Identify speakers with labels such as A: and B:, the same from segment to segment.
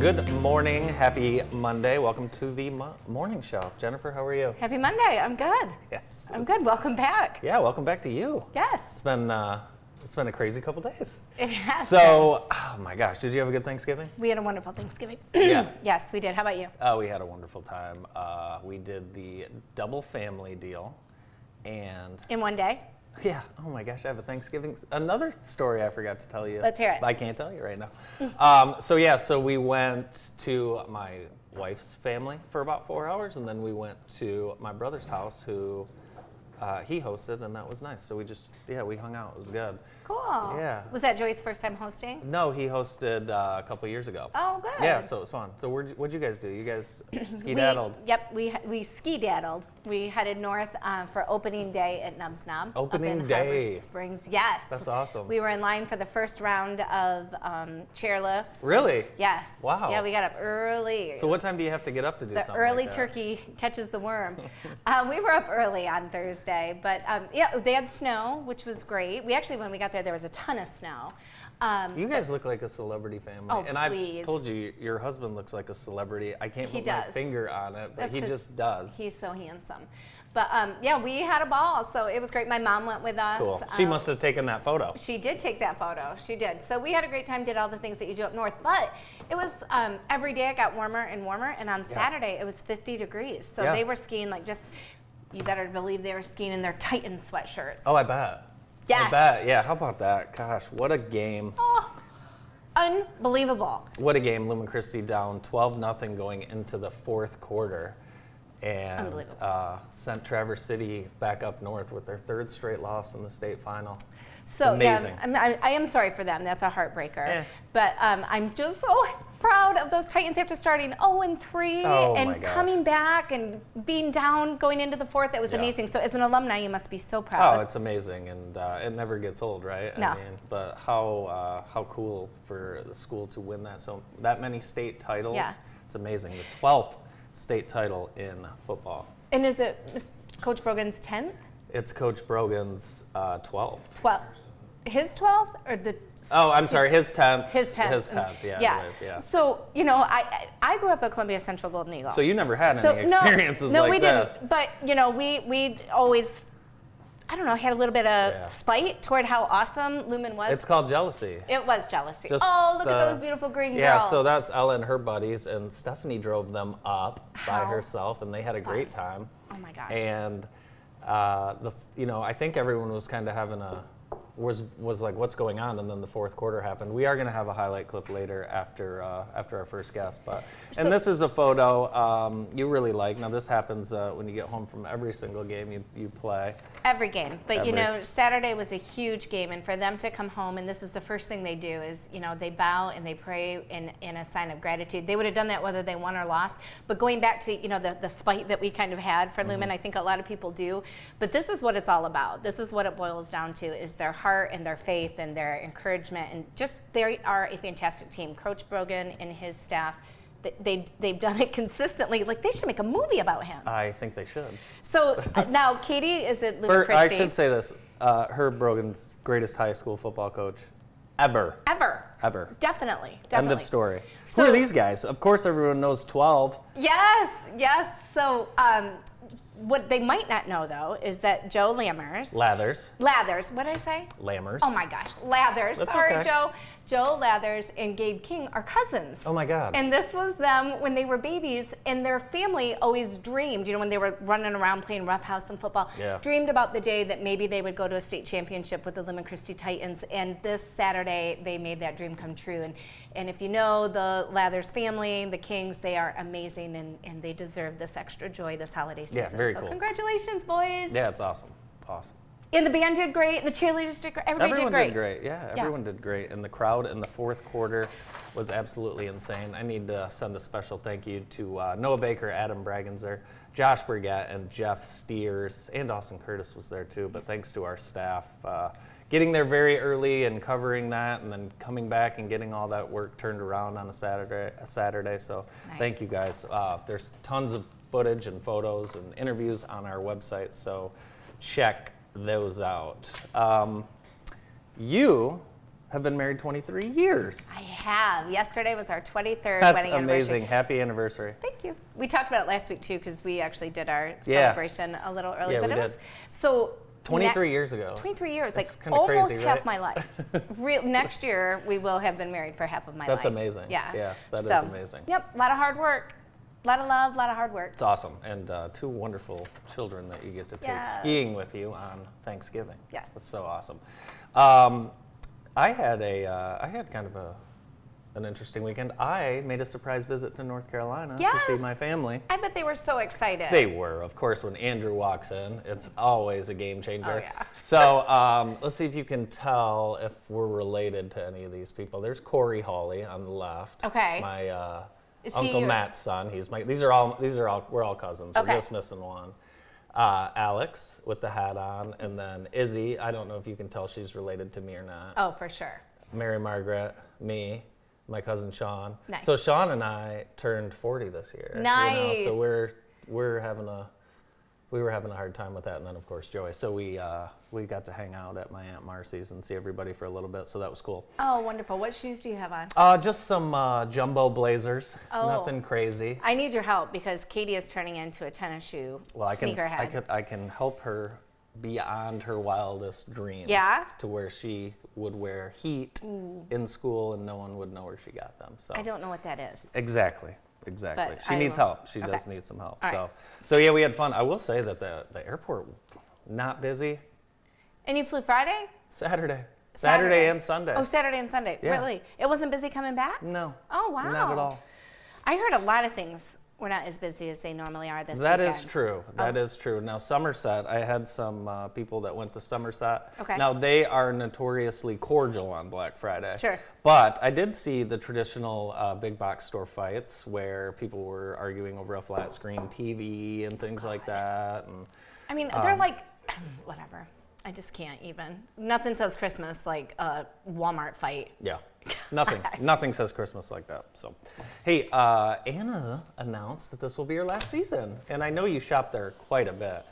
A: Good morning, happy Monday. Welcome to the mo- morning show. Jennifer, how are you?
B: Happy Monday. I'm good.
A: Yes.
B: I'm good. Welcome back.
A: Yeah, welcome back to you.
B: Yes.
A: It's been uh, it's been a crazy couple days.
B: It has.
A: So, oh my gosh, did you have a good Thanksgiving?
B: been. we had a wonderful Thanksgiving.
A: yeah.
B: yes, we did. How about you?
A: Uh, we had a wonderful time. Uh, we did the double family deal, and
B: In one day?
A: Yeah. Oh my gosh, I have a Thanksgiving. Another story I forgot to tell you.
B: Let's hear it.
A: I can't tell you right now. um, so yeah, so we went to my wife's family for about four hours, and then we went to my brother's house, who uh, he hosted, and that was nice. So we just yeah, we hung out. It was good.
B: Cool.
A: Yeah.
B: Was that Joey's first time hosting?
A: No, he hosted uh, a couple years ago.
B: Oh, good.
A: Yeah, so it was fun. So where'd, you- what'd you guys do? You guys ski
B: we,
A: daddled.
B: Yep, we we ski daddled. We headed north uh, for opening day at Nubs Knob.
A: Opening
B: up in
A: day.
B: Harbor Springs. Yes.
A: That's awesome.
B: We were in line for the first round of um, chairlifts.
A: Really?
B: Yes.
A: Wow.
B: Yeah, we got up early.
A: So what time do you have to get up to do
B: The
A: something?
B: early
A: like that?
B: turkey catches the worm. uh, we were up early on Thursday, but um, yeah, they had snow, which was great. We actually, when we got there, there was a ton of snow. Um,
A: You guys look like a celebrity family.
B: Oh,
A: and
B: please.
A: I've told you, your husband looks like a celebrity. I can't
B: He
A: put my
B: does.
A: finger on it, but
B: That's
A: he
B: 'cause
A: just does.
B: he's so handsome. But um, yeah, we had a ball, so it was great. My mom went with us.
A: cool. she
B: Um,
A: must have taken that photo.
B: She did take that photo. She did. So we had a great time. Did all the things that you do up north, but it was um, every day it got warmer and warmer. And on Saturday it was 50 degrees. So
A: Yeah.
B: they were skiing like just. You better believe they were skiing in their Titan sweatshirts.
A: Oh, I bet. I
B: Yes.
A: bet. Yeah, how about that? Gosh, what a game.
B: Oh, unbelievable.
A: What a game. Lumen Christie down 12 nothing going into the fourth quarter. And
B: Unbelievable.
A: uh, sent Traverse City back up north with their third straight loss in the state final.
B: So
A: Amazing.
B: yeah, I'm, I, I am sorry for them. That's a heartbreaker.
A: Eh.
B: But um, I'm just so proud of those Titans after starting 0 and 3
A: Oh, my
B: and
A: gosh.
B: coming back and being down going into the fourth. That was
A: Yeah.
B: amazing. So as an alumni, you must be so proud.
A: Oh, it's amazing, and uh, it never gets old, right?
B: No.
A: I mean, but how uh, how cool for the school to win that so that many state titles.
B: Yeah.
A: It's amazing. The twelfth state title in football.
B: and is it is Coach Brogan's 10th,
A: It's Coach Brogan's uh, 12th.
B: 12th, his 12th, or the?
A: Oh, I'm sorry, his 10th.
B: His 10th.
A: His 10th, yeah. I
B: Yeah.
A: believe, yeah.
B: So you know, I I I grew up at Columbia Central Golden Eagle.
A: So you never had any experiences
B: no,
A: like
B: we
A: this.
B: didn't. But you know, we we always, I don't know, had a little bit of
A: Yeah.
B: spite toward how awesome Lumen was.
A: It's called jealousy.
B: it was jealousy.
A: Just,
B: oh, look at
A: uh,
B: those beautiful green
A: yeah,
B: girls.
A: so that's Ella and her buddies, and Stephanie drove them up
B: How
A: by herself, and they had a great time.
B: Oh my gosh.
A: And uh, the you know I think everyone was kind of having a was was like what's going on, and then the fourth quarter happened. We are going to have a highlight clip later after uh, after our first guest, but and
B: So-
A: this is a photo um, you really like. Now this happens uh, when you get home from every single game you you play.
B: Every game, but
A: Every.
B: you know, Saturday was a huge game, and for them to come home and this is the first thing they do is you know they bow and they pray in, in a sign of gratitude. They would have done that whether they won or lost. But going back to you know the, the spite that we kind of had for
A: Mm-hmm.
B: Lumen, I think a lot of people do. But this is what it's all about. This is what it boils down to: is their heart and their faith and their encouragement, and just they are a fantastic team. Coach Brogan and his staff. th- They, they've done it consistently. Like, they should make a movie about him.
A: I think they should.
B: So uh, now Katie is at Lumen
A: Her, I
B: Christi.
A: should say this: uh, Herb Brogan's greatest high school football coach ever,
B: Ever.
A: ever.
B: Definitely. Definitely.
A: End of story.
B: So-
A: Who are these guys? Of course, everyone knows 12.
B: Yes, yes. So, um, what they might not know though is that Joe Lammers.
A: Lathers,
B: Lathers. What did I say?
A: Lammers.
B: Oh my gosh, Lathers.
A: That's
B: Sorry,
A: okay.
B: Joe. Joe Lathers and Gabe King are cousins.
A: Oh my God.
B: And this was them when they were babies, and their family always dreamed, you know, when they were running around playing roughhouse and football,
A: Yeah.
B: dreamed about the day that maybe they would go to a state championship with the Lemon Christie Titans. And this Saturday, they made that dream dream come true. And, and if you know the Lathers family, the Kings, they are amazing and, and they deserve this extra joy this holiday season.
A: Yeah, very
B: so
A: cool.
B: congratulations, boys.
A: Yeah, it's awesome. Awesome.
B: And the band did great. The cheerleaders did great. Everybody
A: everyone
B: did great.
A: Yeah,
B: Yeah.
A: everyone did great. And the crowd in the fourth quarter was absolutely insane. I need to send a special thank you to uh, Noah Baker, Adam Bragenzer, Josh Brigette, and Jeff Steers. And Austin Curtis was there too. But thanks to our staff uh, getting there very early and covering that and then coming back and getting all that work turned around on a Saturday. A Saturday. So
B: Nice.
A: thank you guys. Uh, there's tons of footage and photos and interviews on our website. So check those out. Um, you have been married 23 years.
B: I have. Yesterday was our 23rd
A: That's
B: wedding
A: amazing.
B: anniversary.
A: Happy anniversary.
B: Thank you. We talked about it last week too because we actually did our
A: Yeah.
B: celebration a little early,
A: Yeah,
B: but
A: we
B: it
A: did.
B: was so.
A: 23
B: ne-
A: years ago.
B: 23 years,
A: That's
B: like
A: kinda crazy,
B: almost
A: right?
B: half my life. Real, next year, we will have been married for half of my
A: That's
B: life.
A: amazing.
B: Yeah.
A: Yeah, that
B: that
A: is
B: is
A: amazing.
B: Yep, a lot of hard work, a lot of love, a lot of hard work.
A: It's awesome. And uh, two wonderful children that you get to take
B: Yes.
A: skiing with you on Thanksgiving.
B: Yes.
A: That's so awesome. Um, I had a, uh, I had kind of a, an interesting weekend. I made a surprise visit to North Carolina to
B: Yes.
A: see my family.
B: I bet they were so excited.
A: They were, of course, when Andrew walks in. It's always a game changer.
B: Oh, yeah.
A: So um, let's see if you can tell if we're related to any of these people. There's Corey Hawley on the left.
B: Okay.
A: My uh,
B: Is he
A: uncle
B: your-
A: Matt's son. He's my. These are all. These are all. We're all cousins. We're
B: Okay.
A: just missing one. Uh, Alex with the hat on, and then Izzy. I don't know if you can tell she's related to me or not.
B: oh, for sure.
A: Mary Margaret, me, my cousin Sean.
B: Nice.
A: So Sean and I turned 40 this year. you know,
B: Nice.
A: so we're we're having a we were having a hard time with that, and then of course Joy. So we uh, we got to hang out at my aunt Marcy's and see everybody for a little bit. So that was cool.
B: Oh, wonderful. What shoes do you have on?
A: Uh, just some uh, jumbo blazers.
B: Oh.
A: Nothing crazy.
B: I need your help because Katie is turning into a tennis shoe
A: I can
B: sneakerhead.
A: I could I can help her beyond her wildest dreams.
B: Yeah?
A: To where she would wear heat in school and no one would know where she got them. So
B: I don't know what that is.
A: Exactly. Exactly.
B: But
A: she
B: I
A: needs
B: will-
A: help. She
B: okay.
A: does need some help.
B: All
A: so,
B: right.
A: so yeah, we had fun. I will say that the the airport not busy
B: And you flew Friday?
A: Saturday, Saturday, and Sunday.
B: Oh, Saturday and Sunday.
A: Yeah.
B: Really? It wasn't busy coming back?
A: no.
B: Oh,
A: Not at
B: wow.
A: all.
B: I heard a lot of things were not as busy as they normally are this
A: That is
B: weekend.
A: true. That
B: Oh.
A: is true. Now Somerset, I had some uh, people that went to Somerset.
B: Okay.
A: Now they are notoriously cordial on Black Friday.
B: Sure.
A: But I did see the traditional uh, big box store fights where people were arguing over a flat screen TV and things like that. And
B: I mean, they're
A: Um,
B: like, whatever. I just can't even. Nothing says Christmas like a Walmart fight.
A: Yeah. Nothing. nothing says Christmas like that. So, hey, uh, Anna announced that this will be your last season, and I know you shop there quite a bit,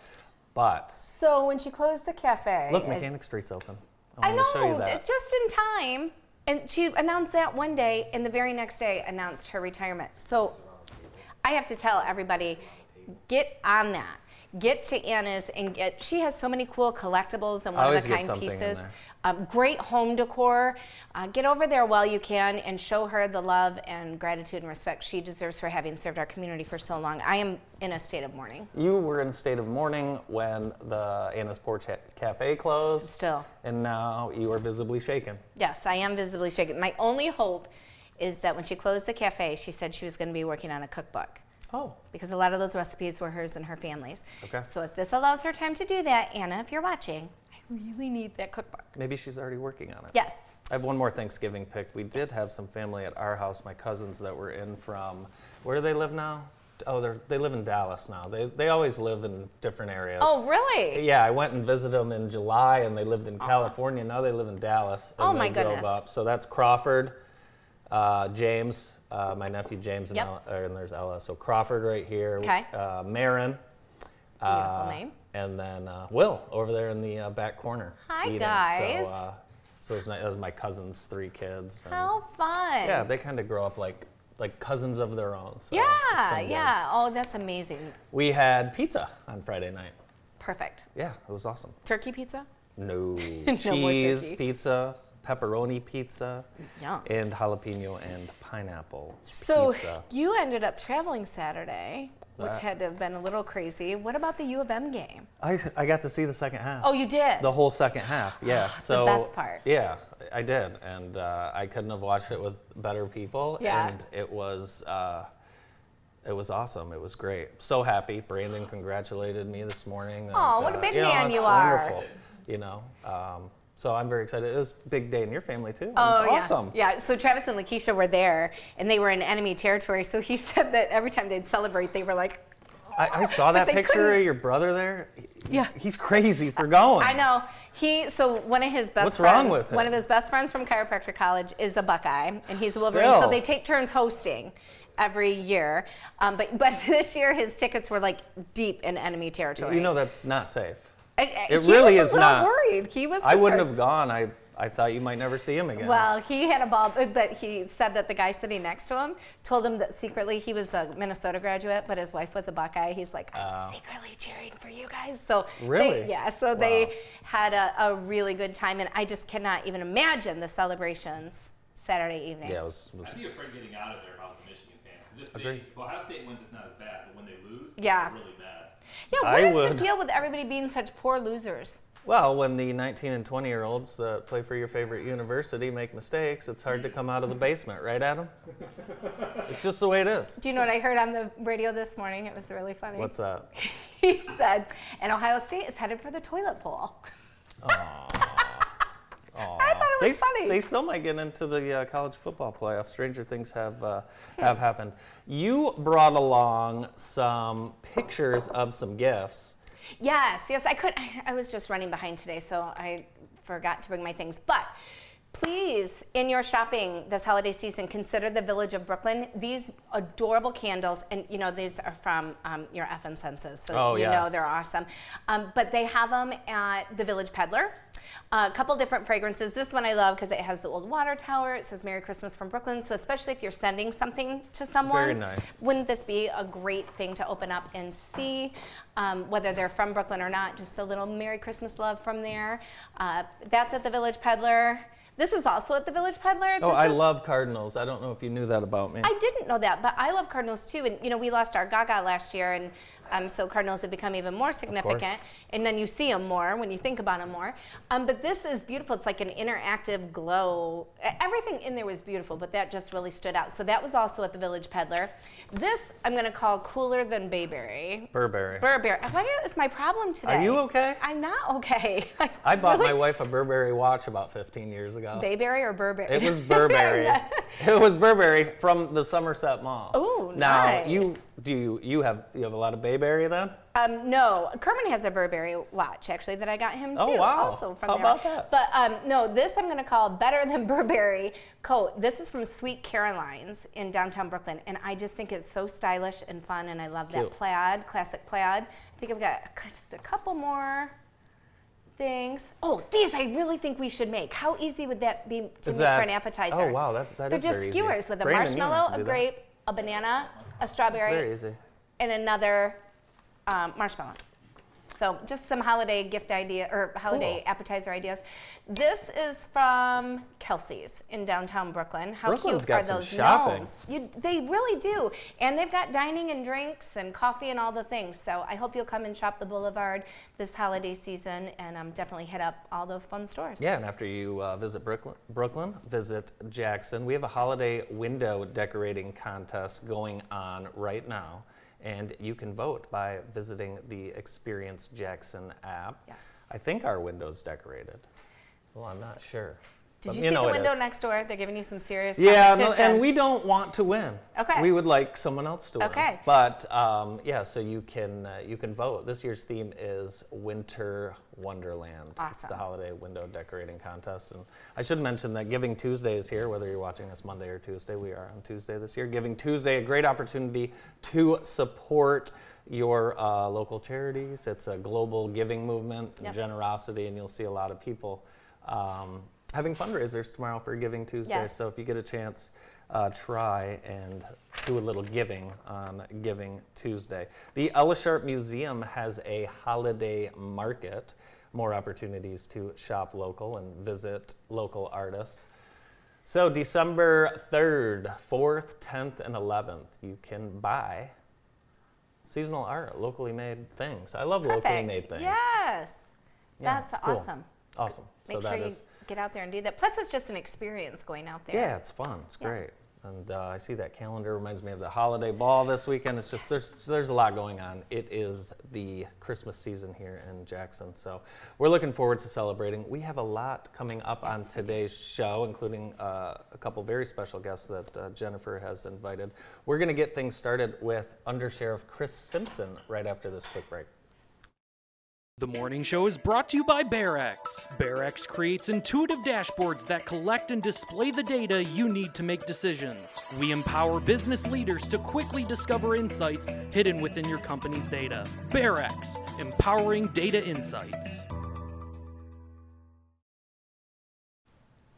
A: but
B: So when she closed the cafe,
A: look,
B: I-
A: Mechanic Street's open.
B: I
A: wanna
B: know,
A: Show you
B: uh,
A: that.
B: just in time. And she announced that one day, and the very next day announced her retirement. So I have to tell everybody, get on that. Get to Anna's and get. She has so many cool collectibles and
A: I
B: one
A: always
B: of a
A: get
B: kind
A: something in
B: pieces.
A: there.
B: Um, great home decor. Uh, get over there while you can and show her the love and gratitude and respect she deserves for having served our community for so long. I am in a state of mourning
A: You were in a state of mourning when the Anna's Porch Ha- Cafe closed,
B: still.
A: and now you are visibly shaken.
B: Yes, I am visibly shaken. My only hope is that when she closed the cafe, she said she was going to be working on a cookbook
A: Oh,
B: because a lot of those recipes were hers and her family's.
A: Okay.
B: So if this allows her time to do that, Anna, if you're watching, I really need that cookbook.
A: maybe she's already working on it.
B: Yes.
A: I have one more Thanksgiving pick. We did have some family at our house, my cousins that were in from, where do they live now? Oh, they're, they live in Dallas now. They, they always live in different areas.
B: Oh, really?
A: Yeah, I went and visited them in July and they lived in California. Now they live in Dallas. And
B: Oh, my
A: they drove
B: goodness.
A: Up. So that's Crawford, uh, James, uh, my nephew James, and,
B: Yep.
A: Ella, or- and there's Ella. So Crawford right here.
B: Okay.
A: Uh, Marin. uh,
B: Beautiful name.
A: And then uh, Will over there in the uh, back corner.
B: Hi,
A: eating.
B: guys.
A: So, uh, so it's not, it was my cousin's three kids. and-
B: How fun.
A: Yeah, they kind of grow up like like cousins of their own. So it's
B: yeah,
A: been good.
B: yeah. Oh, that's amazing.
A: We had pizza on Friday night.
B: Perfect.
A: Yeah, it was awesome.
B: Turkey pizza?
A: No.
B: more
A: Cheese
B: turkey.
A: pizza, pepperoni pizza,
B: Yum.
A: and jalapeno and pineapple
B: So
A: pizza.
B: you ended up traveling Saturday. which
A: That-
B: had to have been a little crazy. What about the U of M game?
A: I, I got to see the second half.
B: Oh, you did.
A: the whole second half. Yeah. So
B: best part.
A: Yeah, I did, and uh, I couldn't have watched it with better people.
B: Yeah.
A: And it was. Uh, it was awesome. It was great. So happy. Brandon congratulated me this morning. and,
B: Aw, what a
A: uh,
B: big
A: you know,
B: man
A: it's
B: you are.
A: Wonderful. You know. Um, so I'm very excited. It was a big day in your family too.
B: Oh,
A: it's
B: yeah.
A: awesome.
B: Yeah. So Travis and Lakeisha were there, and they were in enemy territory. So he said that every time they'd celebrate, they were like,
A: I, I saw
B: But
A: that
B: they
A: picture
B: couldn't-
A: of your brother there. He-
B: Yeah.
A: He's crazy for going.
B: I know. He so one of his best
A: What's
B: friends,
A: wrong with
B: one of
A: him?
B: his best friends from chiropractor college is a Buckeye, and he's a Wolverine. So
A: Still.
B: they take turns hosting every year. Um, but but this year his tickets were like deep in enemy territory.
A: You know that's not safe.
B: And- and
A: it
B: he
A: really
B: was a
A: is
B: little
A: not.
B: Worried. He was.
A: I wouldn't
B: concerned.
A: have gone. I I thought you might never see him again.
B: Well, he had a ball, but- but he said that the guy sitting next to him told him that secretly he was a Minnesota graduate, but his wife was a Buckeye. He's like, I'm
A: Oh.
B: secretly cheering for you guys. So they-
A: Really?
B: yeah. So they
A: Wow.
B: had a, a really good time, and I just cannot even imagine the celebrations Saturday evening.
A: yeah, it was, was
C: I'd be afraid getting out of there if I was a Michigan fan. Because if,
A: Agree.
C: they- if Ohio State wins, it's not as bad. But when they lose,
B: Yeah.
C: I'm really mad.
B: Yeah,
A: I
B: what is
A: would-
B: the deal with everybody being such poor losers?
A: Well, when the 19 and 20 year olds that play for your favorite university make mistakes, it's hard to come out of the basement, right, Adam? It's just the way it is.
B: Do you know what I heard on the radio this morning? It was really funny.
A: What's up?
B: he said, and Ohio State is headed for the toilet bowl. I thought it
A: They,
B: was
A: s-
B: funny.
A: they still might get into the uh, college football playoff. Stranger things have uh, have happened. You brought along some pictures of some gifts.
B: Yes, yes, I could. I, I was just running behind today, so I forgot to bring my things. But please, in your shopping this holiday season, consider the Village of Brooklyn. These adorable candles, and you know, these are from um, your effing senses, so
A: Oh,
B: you know
A: yes.
B: they're awesome. Um, but they have them at the Village Peddler. A couple different fragrances. This one I love because it has the old water tower. It says "Merry Christmas from Brooklyn." So especially if you're sending something to someone,
A: nice.
B: wouldn't this be a great thing to open up and see, um, whether they're from Brooklyn or not? Just a little Merry Christmas love from there. Uh, that's at the Village Peddler. This is also at the Village Peddler.
A: Oh,
B: This
A: I
B: is-
A: love Cardinals. I don't know if you knew that about me.
B: I didn't know that, but I love Cardinals too. And you know, we lost our Gaga last year, and um, so Cardinals have become even more significant. And then you see them more when you think about them more. Um, but this is beautiful. It's like an interactive glow. E- Everything in there was beautiful, but that just really stood out. So that was also at the Village Peddler. This I'm going to call cooler than Bayberry.
A: Burberry.
B: Burberry. Why is my problem today?
A: Are you okay?
B: I'm not okay.
A: I bought
B: Really?
A: my wife a Burberry watch about 15 years ago.
B: Bayberry or Burberry?
A: It was Burberry. it was Burberry from the Somerset Mall.
B: Ooh,
A: now you
B: nice.
A: do you, you have you have a lot of Bayberry then?
B: Um, no, Kerman has a Burberry watch actually that I got him too.
A: Oh, wow.
B: Also from
A: How
B: there.
A: about that?
B: But um, no, this I'm gonna call better than Burberry coat. This is from Sweet Caroline's in downtown Brooklyn, and I just think it's so stylish and fun, and I love that
A: Cute.
B: plaid, classic plaid. I think I've got a- just a couple more things. Oh, these I really think we should make. How easy would that be to make for an appetizer?
A: Oh wow, that's that
B: They're
A: is
B: just
A: very easy.
B: skewers with a
A: Brandon, you
B: marshmallow,
A: might
B: a
A: do that.
B: grape, a banana, a strawberry,
A: Very easy.
B: and another um, marshmallow. So just some holiday gift idea or holiday
A: Cool.
B: appetizer ideas. This is from Kelsey's in downtown Brooklyn. How
A: Brooklyn's
B: cute are
A: got some
B: those
A: shopping.
B: gnomes? You, they really do, and they've got dining and drinks and coffee and all the things. So I hope you'll come and shop the Boulevard this holiday season, and um, definitely hit up all those fun stores.
A: Yeah, and after you uh, visit Brooklyn, Brooklyn, visit Jackson. We have a holiday window decorating contest going on right now, and you can vote by visiting the Experience Jackson app.
B: Yes.
A: I think our window's decorated. Well, I'm not sure.
B: Did
A: But
B: you, see
A: know
B: the
A: it
B: window
A: is.
B: next door? They're giving you some serious
A: Yeah, no,
B: competition.
A: and we don't want to win.
B: Okay.
A: We would like someone else to win.
B: Okay.
A: But um, yeah, so you can uh, you can vote. This year's theme is Winter Wonderland. It's
B: Awesome.
A: the holiday window decorating contest, and I should mention that Giving Tuesday is here. Whether you're watching us Monday or Tuesday, we are on Tuesday this year. Giving Tuesday, a great opportunity to support your uh, local charities. It's a global giving movement, and
B: Yep.
A: generosity, and you'll see a lot of people. Um, having fundraisers tomorrow for Giving Tuesday.
B: Yes.
A: So if you get a chance, uh, try and do a little giving on Giving Tuesday. The Ella Sharp Museum has a holiday market, more opportunities to shop local and visit local artists. So December 3rd, 4th, 10th, and 11th, you can buy seasonal art, locally made things. I love locally
B: Perfect.
A: made things.
B: Yes.
A: Yeah,
B: That's
A: it's cool.
B: awesome.
A: Awesome.
B: Make
A: so that
B: sure
A: is.
B: you get out there and do that. Plus, it's just an experience going out there.
A: Yeah, it's fun. It's
B: Yeah.
A: great. And uh, I see that calendar reminds me of the holiday ball this weekend. It's just there's there's a lot going on. It is the Christmas season here in Jackson, so we're looking forward to celebrating. We have a lot coming up on today's show, including uh, a couple very special guests that uh, Jennifer has invited. We're going to get things started with Undersheriff Chris Simpson right after this quick break.
D: The morning show is brought to you by BearX. BearX creates intuitive dashboards that collect and display the data you need to make decisions. We empower business leaders to quickly discover insights hidden within your company's data. BearX, empowering data insights.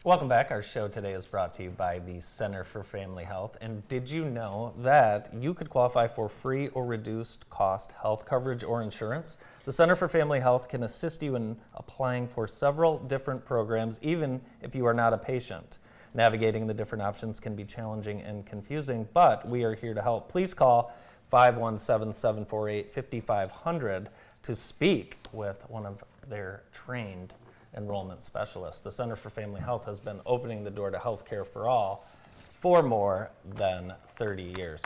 A: Welcome back. Our show today is brought to you by the Center for Family Health. And did you know that you could qualify for free or reduced cost health coverage or insurance? The Center for Family Health can assist you in applying for several different programs, even if you are not a patient. Navigating the different options can be challenging and confusing, but we are here to help. Please call 517 748 5500 to speak with one of their trained enrollment specialists. The Center for Family Health has been opening the door to healthcare for all for more than 30 years.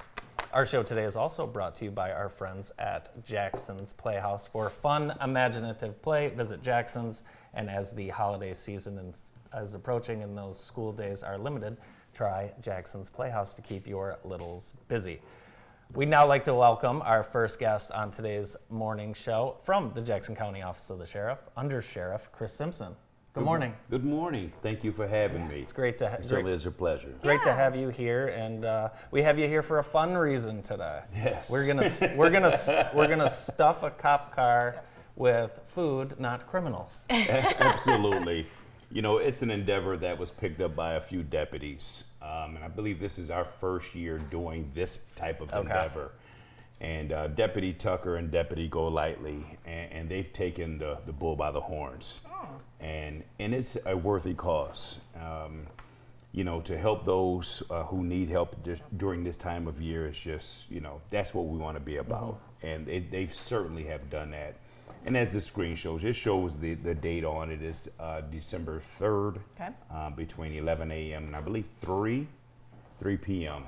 A: Our show today is also brought to you by our friends at Jackson's Playhouse. For fun, imaginative play, visit Jackson's. And as the holiday season is- is approaching and those school days are limited, try Jackson's Playhouse to keep your littles busy. We'd now like to welcome our first guest on today's morning show from the Jackson County Office of the Sheriff, Under Sheriff Chris Simpson. Good morning.
E: Good morning. Thank you for having me.
A: It's great to ha-
E: It
A: great,
E: certainly is a pleasure.
A: great to
B: Yeah.
A: have you here, and uh, we have you here for a fun reason today.
E: Yes.
A: we're gonna s- we're gonna s- we're gonna stuff a cop car with food, not criminals.
E: Absolutely. You know, it's an endeavor that was picked up by a few deputies, um, and I believe this is our first year doing this type of endeavor. And uh, Deputy Tucker and Deputy Golightly, and, and they've taken the, the bull by the horns,
A: Oh.
E: and and it's a worthy cause. Um, you know, to help those uh, who need help just during this time of year is just, you know, that's what we want to be about. And they, they certainly have done that. And as the screen shows, it shows the, the date on it is uh, December 3rd
B: Okay.
E: uh, between 11 a.m. and I believe 3, 3 p.m.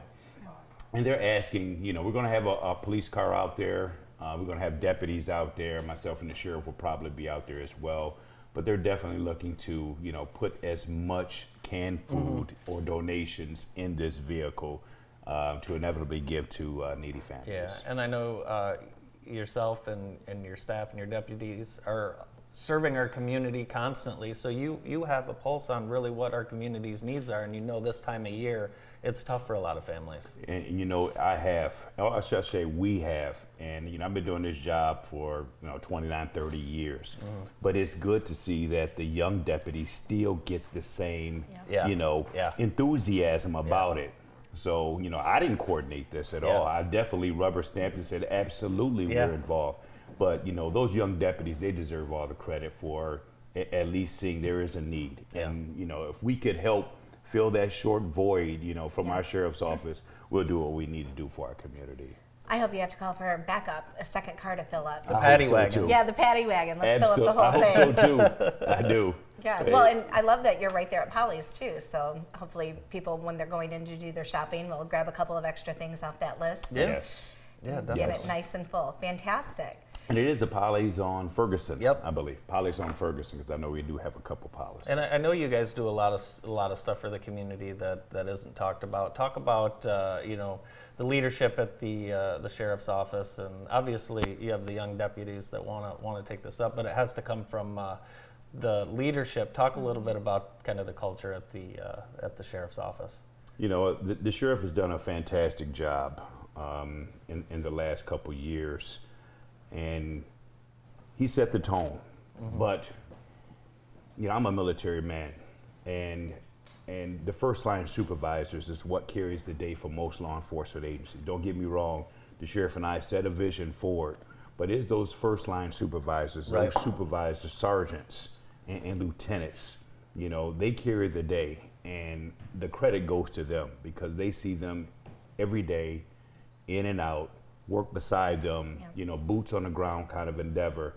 E: And they're asking, you know, we're going to have a, a police car out there. Uh, we're going to have deputies out there. Myself and the sheriff will probably be out there as well. But they're definitely looking to, you know, put as much canned food or donations in this vehicle uh, to inevitably give to uh, needy families.
A: Yeah, and I know uh, yourself and, and your staff and your deputies are serving our community constantly. So you, you have a pulse on really what our community's needs are, and you know this time of year it's tough for a lot of families.
E: and and, you know I have, or I should say we have, and you know I've been doing this job for you know 29, 30 years,
A: Mm-hmm.
E: but it's good to see that the young deputies still get the same,
A: Yeah.
E: you know,
A: Yeah.
E: enthusiasm about it. So you know I didn't coordinate this at all.
A: Yeah.
E: I definitely rubber stamped and said absolutely
A: Yeah.
E: we're involved, but you know those young deputies they deserve all the credit for a- at least seeing there is a need,
A: Yeah.
E: and you know if we could help fill that short void, you know, from our sheriff's office, we'll do what we need to do for our community.
F: I hope you have to call for a backup, a second car to fill up.
E: I hope
A: paddy
E: so,
A: wagon.
E: too.
F: yeah, the paddy wagon. Let's
E: Uh, Absol-
F: fill up the whole
E: I
F: thing.
E: hope so too. I do.
F: Yeah. Well, and I love that you're right there at Polly's too. So hopefully, people when they're going in to do their shopping will grab a couple of extra things off that list.
A: Yeah.
E: Yes.
A: Yeah,
F: Get
A: definitely.
F: it nice and full. Fantastic.
E: And it is the Polly's on Ferguson.
A: Yep.
E: I believe Polly's on Ferguson because I know we do have a couple Polly's.
A: And I, I know you guys do a lot of s- a lot of stuff for the community that, that isn't talked about. Talk about uh, you know the leadership at the uh, the sheriff's office, and obviously you have the young deputies that want to want to take this up, but it has to come from uh, the leadership. Talk a little bit about kind of the culture at the uh, at the sheriff's office.
E: You know, the, the sheriff has done a fantastic job um, in, in the last couple years, and he set the tone. But you know, I'm a military man, and and the first line supervisors is what carries the day for most law enforcement agencies. Don't get me wrong, the sheriff and I set a vision forward, but it's those first line supervisors,
A: Right.
E: those supervisors, sergeants, and, and lieutenants. You know, they carry the day, and the credit goes to them because they see them every day, in and out, work beside them, you know, boots on the ground kind of endeavor.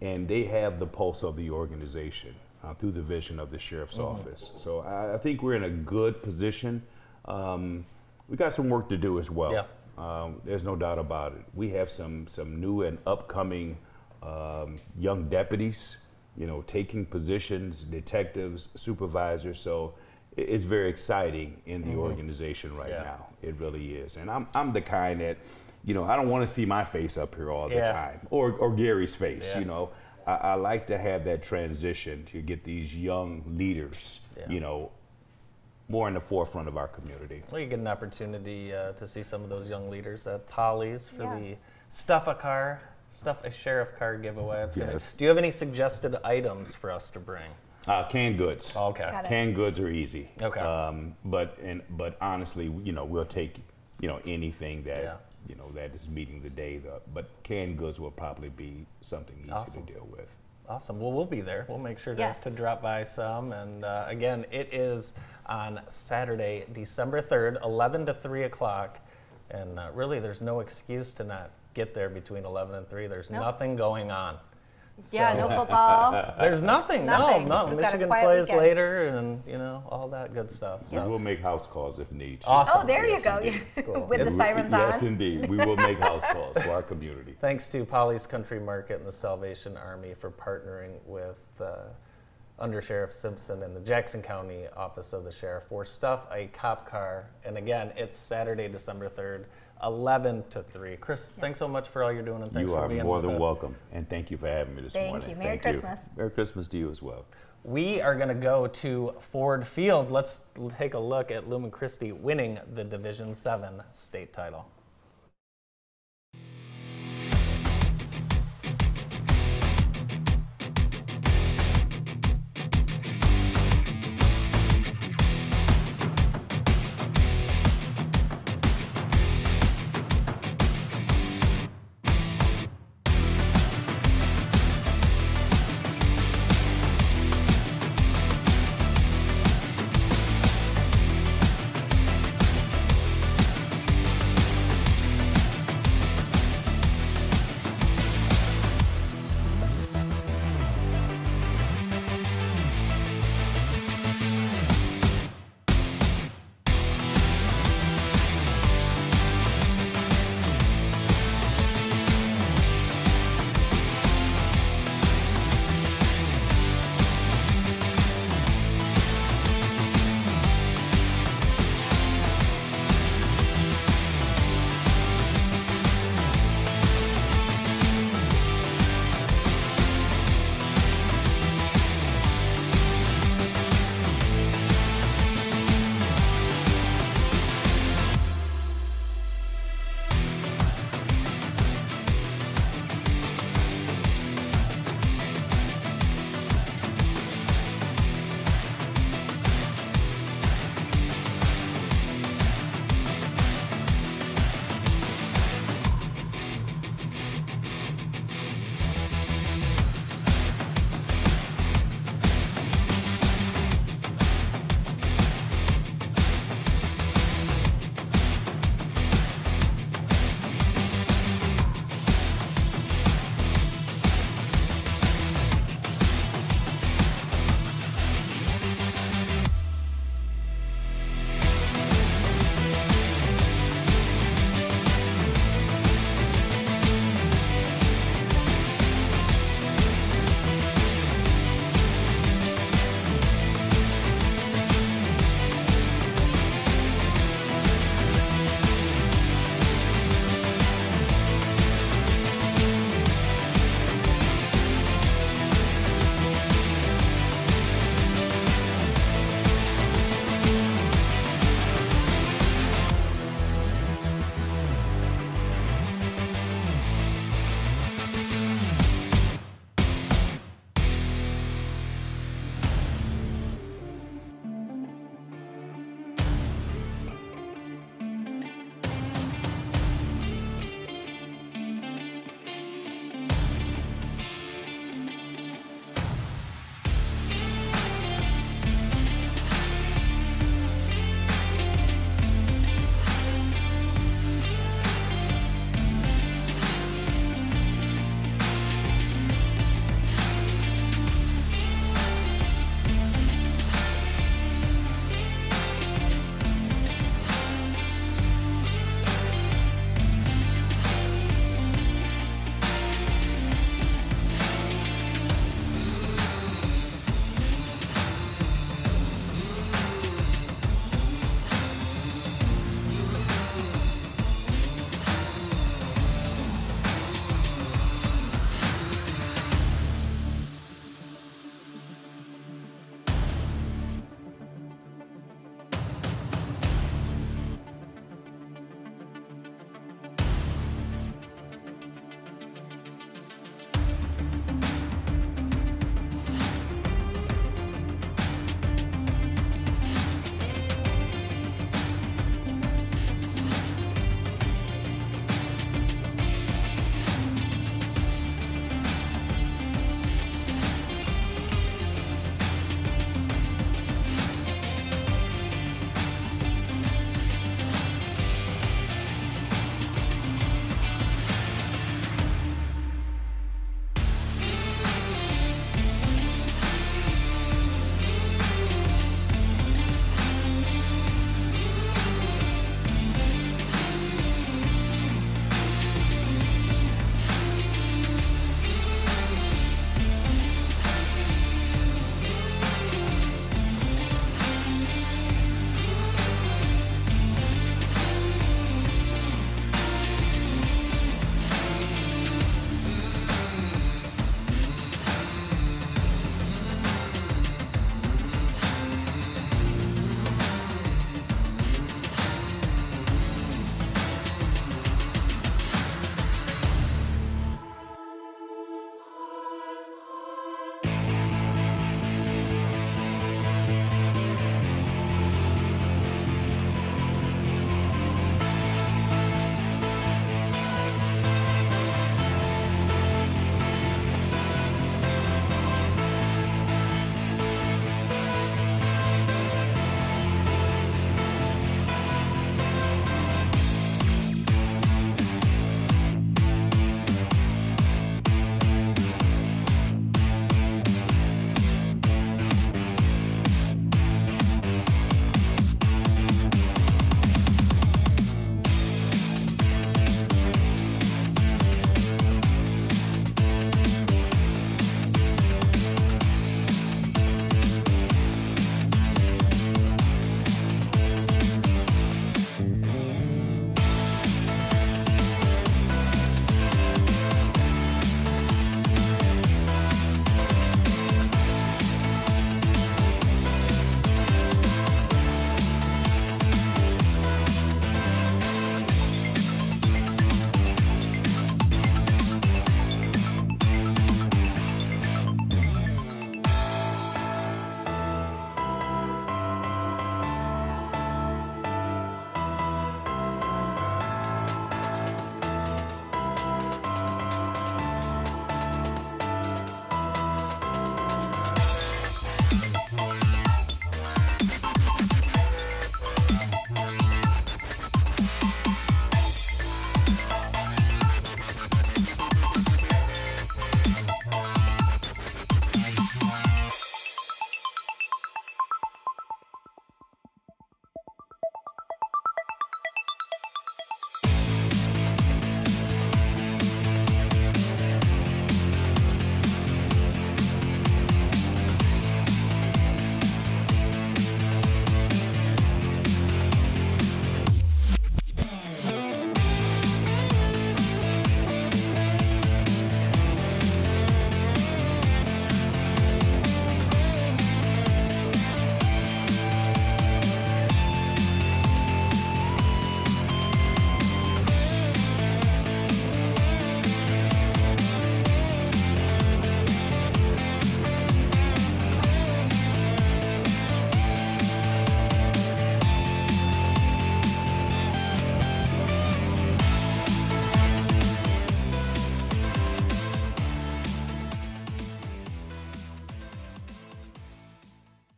E: And they have the pulse of the organization uh, through the vision of the sheriff's office. So I, I think we're in a good position. Um, we got some work to do as well.
A: Yeah.
E: Um, there's no doubt about it. We have some some new and upcoming um, young deputies, you know, taking positions, detectives, supervisors. So i- it's very exciting in the organization right
A: Mm-hmm. Yeah.
E: now. It really is. And I'm I'm the kind that, you know, I don't want to see my face up here all the
A: Yeah.
E: time or or Gary's face.
A: Yeah.
E: You know, I, I like to have that transition to get these young leaders,
A: Yeah.
E: you know, more in the forefront of our community.
A: Well, you get an opportunity uh, to see some of those young leaders at Polly's for
F: Yeah.
A: the stuff a car, stuff a sheriff car giveaway. It's gonna-
E: Yes.
A: Do you have any suggested items for us to bring?
E: Uh, canned goods.
A: Oh, Okay.
F: Got it.
E: Canned goods are easy.
A: Okay.
E: Um, but and but honestly, you know, we'll take you know anything that
A: Yeah.
E: you know that is meeting the day. The, but canned goods will probably be something easy
A: Awesome.
E: to deal with.
A: Awesome. Well, we'll be there. We'll make sure to,
B: Yes.
A: to drop by some. And uh, again, it is on Saturday, December 3rd, 11 to 3 o'clock. And uh, really, there's no excuse to not get there between 11 and 3. There's
B: Nope.
A: nothing going on.
B: Yeah,
A: So-
B: no football.
A: There's nothing.
B: Nothing.
A: No, no.
B: We've got a
A: Michigan
B: quiet
A: plays
B: weekend.
A: later, and you know all that good stuff. So
E: We'll make house calls if need. to.
A: Awesome.
F: Oh, there you
E: Yes,
F: go.
E: indeed.
F: With the
E: We-
F: sirens
E: yes,
F: on.
E: indeed. We will make house calls for our community.
A: thanks to Polly's Country Market and the Salvation Army for partnering with uh, Under Sheriff Simpson and the Jackson County Office of the Sheriff for Stuff a Cop Car. And again, it's Saturday, December 3rd, 11 to 3. Chris, thanks so much for all you're doing, and thanks
E: you
A: for
E: are
A: being
E: more
A: with
E: than
A: us.
E: welcome, and thank you for having me this
F: Thank
E: morning.
F: you. Merry Christmas.
E: Merry Christmas to you as well.
A: We are going to go to Ford Field. Let's l- take a look at Lumen Christi winning the Division 7 state title.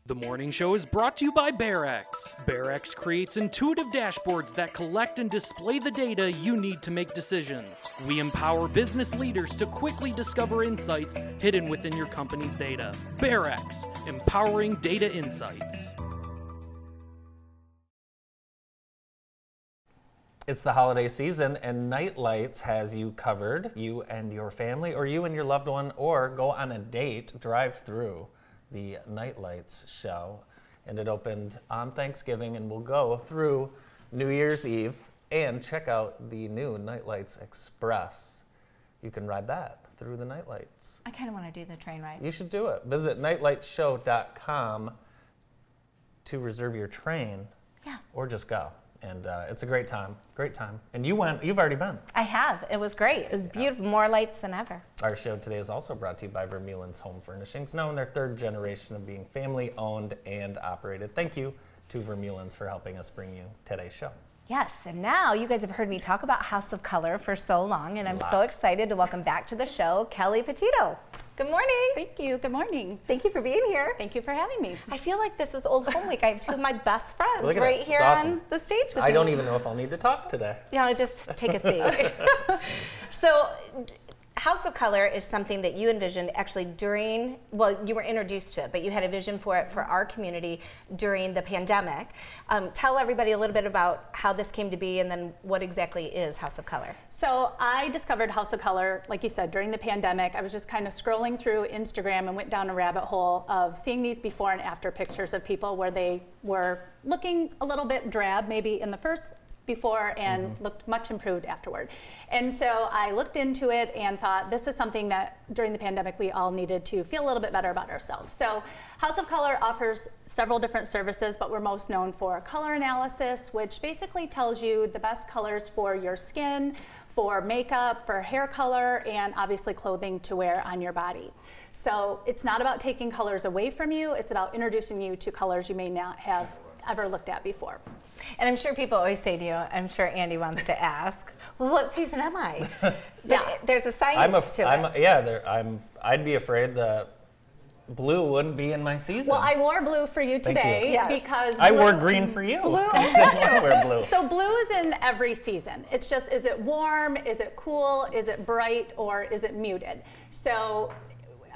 D: The morning show is brought to you by BearX. BearX creates intuitive dashboards that collect and display the data you need to make decisions. We empower business leaders to quickly discover insights hidden within your company's data. BearX, empowering data insights.
A: It's the holiday season, and Night Lights has you covered. You and your family, or you and your loved one, or go on a date, drive through the Night Lights show. And it opened on Thanksgiving and will go through New Year's Eve. And check out the new Night Lights Express. You can ride that through the Night Lights.
B: I kind of want to do the train ride.
A: You should do it. Visit nightlightshow.com to reserve your train
B: Yeah.
A: or just go. And uh, it's a great time, great time. And you went, you've already been.
B: I have. It was great. It was beautiful. More lights than ever.
A: Our show today is also brought to you by Vermeulen's Home Furnishings, now in their third generation of being family owned and operated. Thank you to Vermeulen's for helping us bring you today's show.
F: Yes, and now you guys have heard me talk about House of Color for so long, and I'm so excited to welcome back to the show Kelly Petito. Good morning.
G: Thank you. Good morning.
F: Thank you for being here.
G: Thank you for having me.
F: I feel like this is old home week. I have two of my best friends
A: Look at
F: right
A: that.
F: here
A: It's awesome.
F: on the stage with me.
A: I don't even know if I'll need to talk today.
F: You know, just take a seat.
B: So, d- House of Color is something that you envisioned actually during, well, you were introduced to it, but you had a vision for it for our community during the pandemic. Um, tell everybody a little bit about how this came to be and then what exactly is House of Color.
G: So I discovered House of Color, like you said, during the pandemic. I was just kind of scrolling through Instagram and went down a rabbit hole of seeing these before and after pictures of people where they were looking a little bit drab, maybe in the first before and looked much improved afterward. And so I looked into it and thought this is something that during the pandemic we all needed to feel a little bit better about ourselves. So House of Color offers several different services, but we're most known for color analysis, which basically tells you the best colors for your skin, for makeup, for hair color, and obviously clothing to wear on your body. So it's not about taking colors away from you, it's about introducing you to colors you may not have ever looked at before.
B: And I'm sure people always say to you, I'm sure Andy wants to ask, well, what season am I? But
G: Yeah.
B: it- there's a science
A: I'm, a,
B: to
A: I'm
B: it.
A: a, yeah, there, I'm, I'd be afraid that blue wouldn't be in my season.
G: Well, I wore blue for you
A: Thank you.
G: today
B: Yes.
G: because
A: I wore
G: blue-
A: green for you.
G: Blue-
A: I didn't wear blue.
G: So blue is in every season. It's just is it warm, is it cool, is it bright, or is it muted? So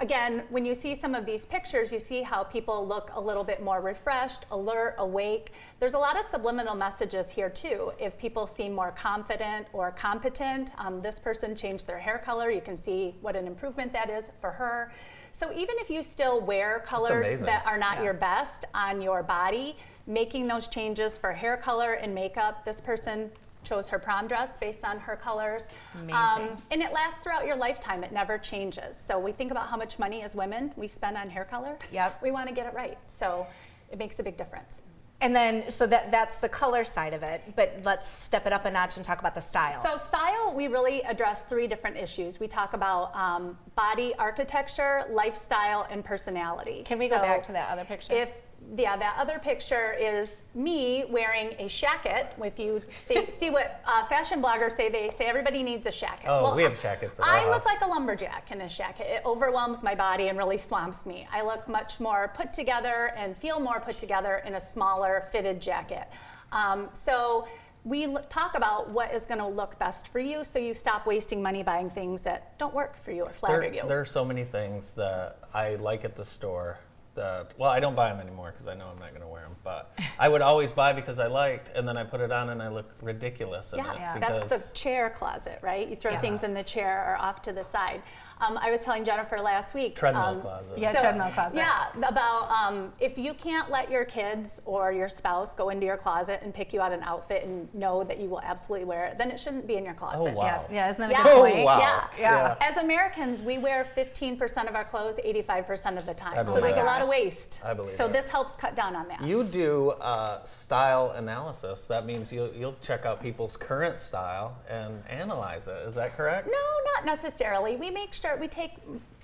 G: again, when you see some of these pictures, you see how people look a little bit more refreshed, alert, awake. There's a lot of subliminal messages here too. If people seem more confident or competent, um, this person changed their hair color. You can see what an improvement that is for her. So even if you still wear colors
A: amazing.
G: that are not your best on your body, making those changes for hair color and makeup. This person chose her prom dress based on her colors. Um,
B: Amazing.
G: and it lasts throughout your lifetime, it never changes. So we think about how much money as women we spend on hair color.
B: Yep.
G: We want to get it right. So it makes a big difference.
B: And then, so that that's the color side of it, but let's step it up a notch and talk about the style.
G: So, style, we really address three different issues. We talk about um, body architecture, lifestyle, and personality.
B: Can we go
G: So
B: back to that other picture?
G: If yeah, that other picture is me wearing a shacket. If you think, see what uh, fashion bloggers say, they say everybody needs a shacket.
A: Oh, we have shackets at our
G: I
A: house.
G: look like a lumberjack in a shacket. It overwhelms my body and really swamps me. I look much more put together and feel more put together in a smaller fitted jacket. Um, so we l- talk about what is going to look best for you, so you stop wasting money buying things that don't work for you or flatter
A: there,
G: you.
A: there are so many things that I like at the store that, well, I don't buy them anymore because I know I'm not going to wear them, but I would always buy because I liked, and then I put it on and I look ridiculous. in
G: Yeah,
A: it
G: that's
A: because-
G: the chair closet, right? You throw things in the chair or off to the side. Um, I was telling Jennifer last week.
A: Treadmill
G: um,
A: closet.
F: Yeah, treadmill closet.
G: Yeah, about um, if you can't let your kids or your spouse go into your closet and pick you out an outfit and know that you will absolutely wear it, then it shouldn't be in your
A: Oh,
G: closet.
A: wow.
F: yeah, yeah, isn't that
G: Yeah.
F: a good
G: Oh,
F: point?
A: wow.
G: Yeah.
A: Yeah.
G: As Americans, we wear 15% of our clothes 85% of the
A: I
G: time. So
A: believe
G: there's
A: that.
G: a lot of waste.
A: I believe
G: so
A: that.
G: this helps cut down on that.
A: You do uh, style analysis. That means you'll, you'll check out people's current style and analyze it. Is that correct?
G: No, not necessarily. We make sure we take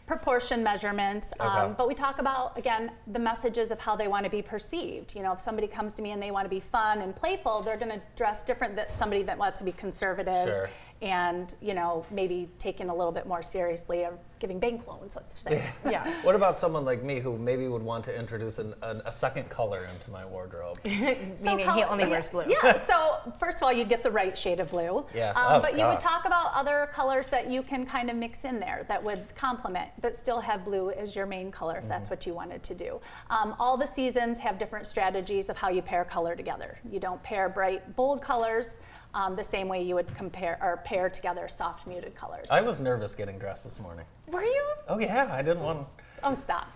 G: proportion measurements, um,
A: Okay.
G: but we talk about again the messages of how they want to be perceived. You know, if somebody comes to me and they want to be fun and playful, they're going to dress different than somebody that wants to be conservative
A: Sure.
G: and you know maybe taken a little bit more seriously of giving bank loans, let's say. yeah.
A: What about someone like me who maybe would want to introduce an, an, a second color into my wardrobe?
F: Meaning he
G: color-
F: only wears blue.
G: Yeah. So first of all, you'd get the right shade of blue.
A: Yeah.
G: Um,
A: Oh,
G: but you would
A: God.
G: talk about other colors that you can kind of mix in there that would complement, but still have blue as your main color if
A: Mm-hmm.
G: that's what you wanted to do. Um, all the seasons have different strategies of how you pair color together. You don't pair bright, bold colors um, the same way you would compare or pair together soft, muted colors.
A: I was nervous getting dressed this morning.
B: Were you?
A: Oh yeah, I didn't want.
G: oh, stop.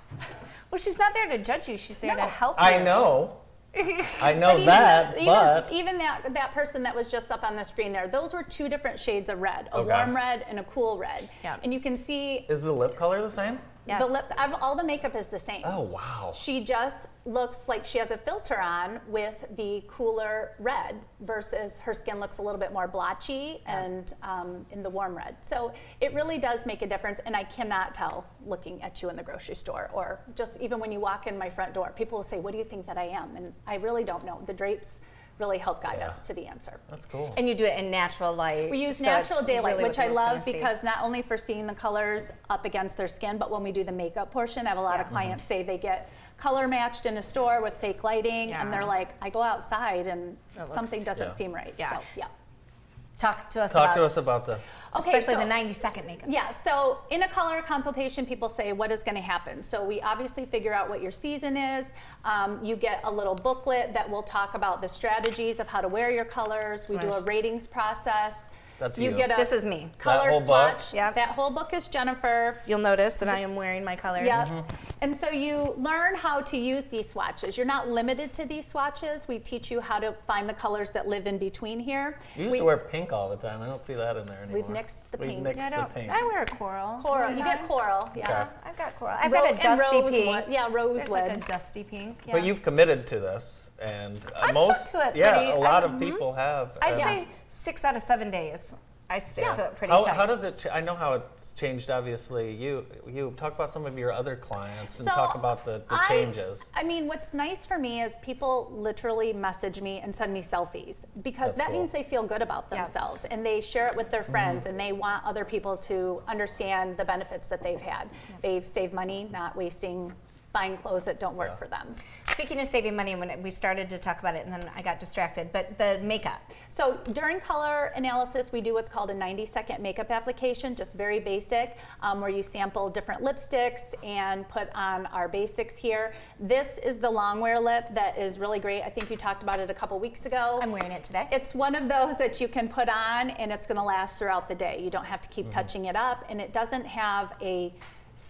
B: Well, she's not there to judge you. She's there
G: No.
B: to help you.
A: I know. I know
G: But
A: Oh,
G: even
A: that,
G: the- even, e-
A: but
G: even that that person that was just up on the screen there, those were two different shades of red: a
A: Okay.
G: warm red and a cool red.
B: Yeah.
G: And you can see
A: is the lip color the same?
B: Yes.
G: the lip. I've, all the makeup is the same.
A: Oh wow.
G: She just looks like she has a filter on with the cooler red versus her skin looks a little bit more blotchy and um, in the warm red. So it really does make a difference. And I cannot tell looking at you in the grocery store or just even when you walk in my front door, people will say, What do you think that I am? And I really don't know. The drapes really help guide
A: Yeah.
G: us to the answer.
A: That's cool.
F: And you do it in natural light.
G: We use
F: so it's
G: natural daylight,
F: really
G: which
F: what
G: I
F: the world's
G: love
F: gonna see.
G: because not only for seeing the colors up against their skin, but when we do the makeup portion, I have a lot of clients
F: Mm-hmm.
G: say they get color matched in a store with fake lighting, and they're
F: Yeah.
G: like, I go outside and
F: looks-
G: something doesn't
A: Yeah.
G: seem right.
F: Yeah.
G: So, yeah.
F: talk to us
A: Talk
F: about
A: to us about the.
G: Okay,
F: especially
G: so-
F: the 90 second makeup.
G: Yeah, so in a color consultation, people say, What is going to happen? So we obviously figure out what your season is. Um, you get a little booklet that will talk about the strategies of how to wear your colors. We do a
F: Right.
G: ratings process.
A: That's you.
G: get a
F: This is me.
G: color
A: whole book?
G: swatch.
F: Yep.
G: That whole book is Jennifer.
F: You'll notice that I am wearing my color.
G: Yep. And so you learn how to use these swatches. You're not limited to these swatches. We teach you how to find the colors that live in between here.
A: You used
G: We-
A: to wear pink all the time. I don't see that in there anymore.
G: We've nixed the
A: We've
G: pink.
A: nixed
F: I
A: the
F: don't.
A: pink.
F: I wear coral.
G: coral. You get
F: sometimes.
G: coral. Yeah.
A: Okay.
F: I've got coral. I've
G: Ro-
F: got a
G: and
F: dusty
G: rosewood.
F: pink.
G: Yeah,
F: There's like
G: rosewood.
F: a dusty pink. Yeah.
A: But you've committed to this, and uh,
F: I've
A: most
F: stuck to it
A: yeah,
F: pretty-
A: a lot
F: I-
A: of people have.
F: I'd
A: and
F: say six out of seven days. I stick to it pretty
A: How,
F: tight.
A: how does it? Ch- I know how it's changed. Obviously, you you talk about some of your other clients and
G: So
A: talk about the, the
G: I-
A: changes.
G: I mean, what's nice for me is people literally message me and send me selfies because
A: That's
G: that
A: cool. Mm-hmm.
G: means they feel good about themselves and they share it with their friends and they want other people to understand the benefits that they've had. They've saved money, not wasting buying clothes that don't work
A: Yeah.
G: for them.
F: Speaking of saving money, when we started to talk about it, and then I got distracted. But the makeup.
G: So during color analysis, we do what's called a 90 second makeup application, just very basic, um, where you sample different lipsticks and put on our basics here. This is the long wear lip that is really great. I think you talked about it a couple weeks ago.
F: I'm wearing it today.
G: It's one of those that you can put on and it's going to last throughout the day. You don't have to keep touching it up and it doesn't have a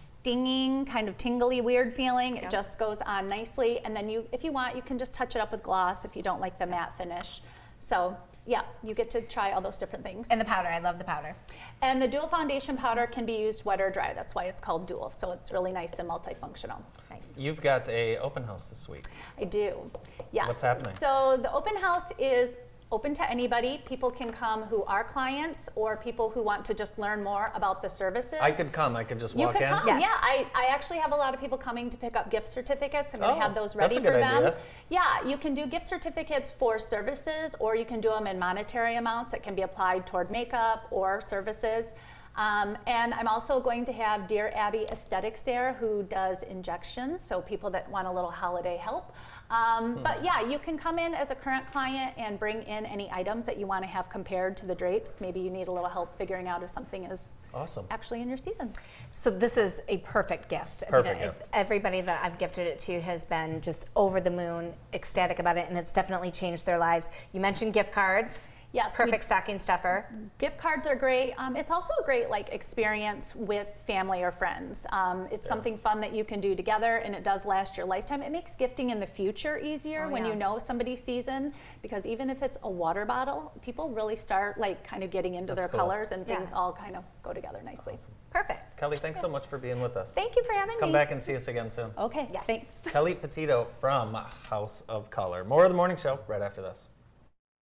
G: stinging kind of tingly weird feeling. It just goes on nicely and then you if you want you can just touch it up with gloss if you don't like the matte finish. So, yeah, you get to try all those different things.
F: and the powder. I love the powder.
G: And the dual foundation powder can be used wet or dry. That's why it's called dual. So, it's really nice and multifunctional.
F: Nice.
A: You've got a open house this week.
G: I do. Yes.
A: What's happening?
G: So the open house is open to anybody. People can come who are clients or people who want to just learn more about the services.
A: I could come. I could just
G: You
A: walk
G: could
A: in.
G: come,
F: Yes.
G: yeah. I, I actually have a lot of people coming to pick up gift certificates. I'm going to
A: Oh,
G: have those
A: that's
G: ready
A: a good
G: for them.
A: idea.
G: Yeah, you can do gift certificates for services, or you can do them in monetary amounts that can be applied toward makeup or services. Um, and I'm also going to have Dear Abby Aesthetics there, who does injections, so people that want a little holiday help. Um,
A: Hmm.
G: But yeah, you can come in as a current client and bring in any items that you want to have compared to the drapes. Maybe you need a little help figuring out if something is
A: Awesome.
G: actually in your season.
F: So this is a perfect gift. I mean,
A: Perfect
F: if-
A: gift.
F: Everybody that I've gifted it to has been just over the moon, ecstatic about it, and it's definitely changed their lives. You mentioned gift cards.
G: Yes, we-
F: Perfect stocking stuffer.
G: gift cards are great. Um, it's also a great like experience with family or friends. Um, it's something fun that you can do together, and it does last your lifetime. It makes gifting in the future easier
F: Oh,
G: when you
F: yeah.
G: know somebody's season, because even if it's a water bottle, people really start like kind of getting into
A: That's
G: their
A: cool.
G: colors, and
F: Yeah.
G: things all kind of go together nicely.
F: Perfect.
A: Kelly, thanks so much for being with us.
G: Thank you for having
A: Come
G: me.
A: back and see us again soon.
G: Okay.
F: Yes.
G: Thanks.
A: Kelly Petito from House of Color. More of the morning show right after this.